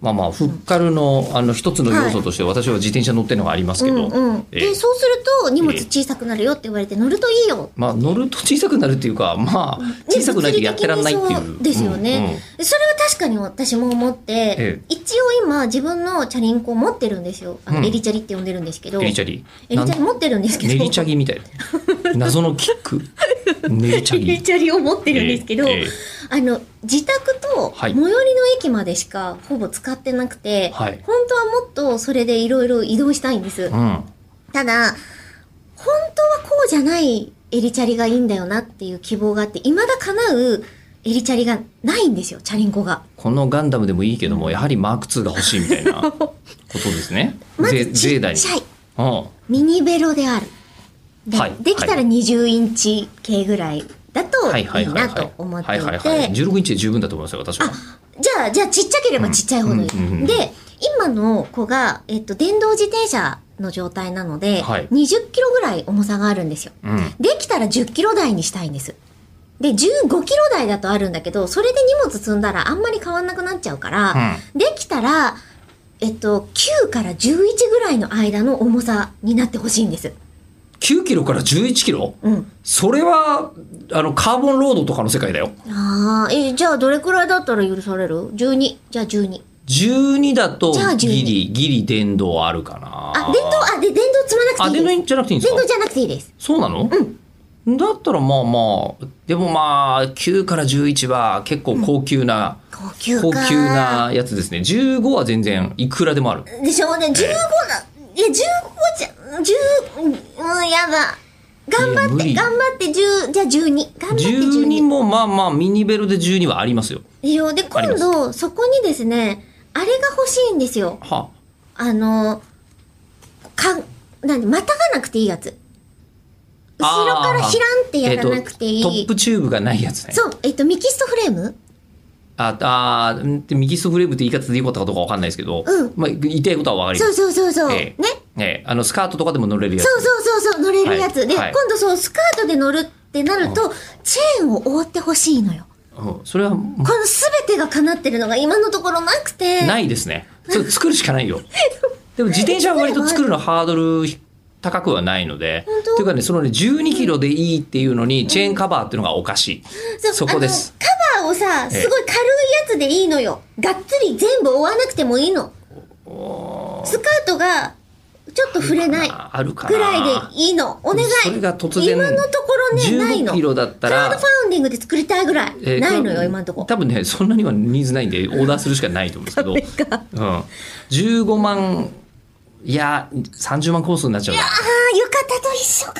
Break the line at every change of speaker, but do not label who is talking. まあまあフッカルのあの一つの要素として私は自転車乗ってるのがありますけど、
うんうん、
え
で
ー
そうすると荷物小さくなるよって言われて乗るといいよ
まあ乗ると小さくなるっていうかまあ小さくないとやってらんないってい
ね物理的に
う
そうですよね、それは確かに私も思って、
え
一応今自分のチャリンコ持ってるんですよあの、
うん
エリチャリって呼んでるんですけ
う
ど
ん、エリチャリ
エリチャリ持ってるんですけど
ネリチャギみたい な謎のキックネリチャ
エリ
ギ
チャリを持ってるんですけど、
えーえ
あの自宅と
は
最
い
寄りの駅までしかほぼ使ってなくて、
はい
本当はもっとそれでいろいろ移動したいんです、
ーうん
ただ本当はこうじゃないエリチャリがいいんだよなっていう希望があって未だ叶うエリチャリがないんですよチャリンコが
このガンダムでもいいけどもやはりマーク2が欲しいみたいな ことですね。
ま
ゼ
ずち
ゼー
っ
ダに。
ちゃい
うん。
ミニベロであるで,、
はい
できたら
は
20インチ系ぐらいだと
はい
い
はい
い
はい
な
はい
と。思って
はいいはいはい。
て
16インチで十分だと思いますよ私は。
じゃあ、じゃあちっちゃければちっちゃいほどいい。
うんうんうん
で、今の子が、えっと、電動自転車の状態なので、
はい
20キロぐらい重さがあるんですよ。
うん。
できたら10キロ台にしたいんです。で、15キロ台だとあるんだけど、それで荷物積んだらあんまり変わんなくなっちゃうから、できたら、えっと、9から11ぐらいの間の重さになってほしいんです。
9キロから11キロ
うん。
それはあのカーボンロードとかの世界だよ。
ああ、え、じゃあどれくらいだったら許される ?12。じゃあ12。
12だと
じゃあ12
ギリギリ電動あるかな。
あ、電動、あ、で、電動積ま
あ
なくていいで
電動
す。
じゃなくていいんです
電
か
動じゃなくていいです。
そうなの、だったらまあまあでもまあ9から11は結構高級な、
高級か。
高級なやつですね15は全然いくらでもある
でしょうね、15だ。いや、15じゃ、10、うん、やだ。頑張っ
い
て、
や
頑張って10、じゃあ12。頑張って
12
12。
もまあまあミニベルで12はありますよ
でしょで、
あり
今度、そこにですね、あれが欲しいんですよ。
は
あの、か、なんで、またがなくていいやつ。後ろからひらんってやらなくてい
え
い。
ーとトップチューブがないやつね
そう、えっと、ミキストフレーム
ああーん右スフレームって言い方でいいことかどうかわかんないですけど、
うん
まあ、言いたいことはわかりま
そう
す
そうそうそう。
え
ね
え。ねあのスカートとかでも乗れるやつ
そうそうそうそう、乗れるやつ。
はい
で、
はい
今度そう、スカートで乗るってなると、チェーンを覆ってほしいのよ。
うんそれは
この全てが叶ってるのが今のところなくて。
ないですね。それ作るしかない よ。でも自転車は割と作るのハードル高くはないので。
本当
というかね、そのね、12キロでいいっていうのに、チェーンカバーっていうのがおかしい。
そう
そこです。
あのカバーをさ、
ええ
すごい軽いやつでいいのよ。がっつり全部覆わなくてもいいの。スカートがちょっと触れない
ああるかな。
ぐらいでいいの。お願い。
それが突然
今のところね、ないの。
15キロだったら
クラウドファウンディングで作りたいぐらい。
えー
ない
多
のよ、
分
今のところ。
多分ね、そんなにはニーズないんで、オーダーするしかないと思 うんですけど。うん。15万、いや、30万コースになっちゃうな。
ああ、浴衣と一緒か。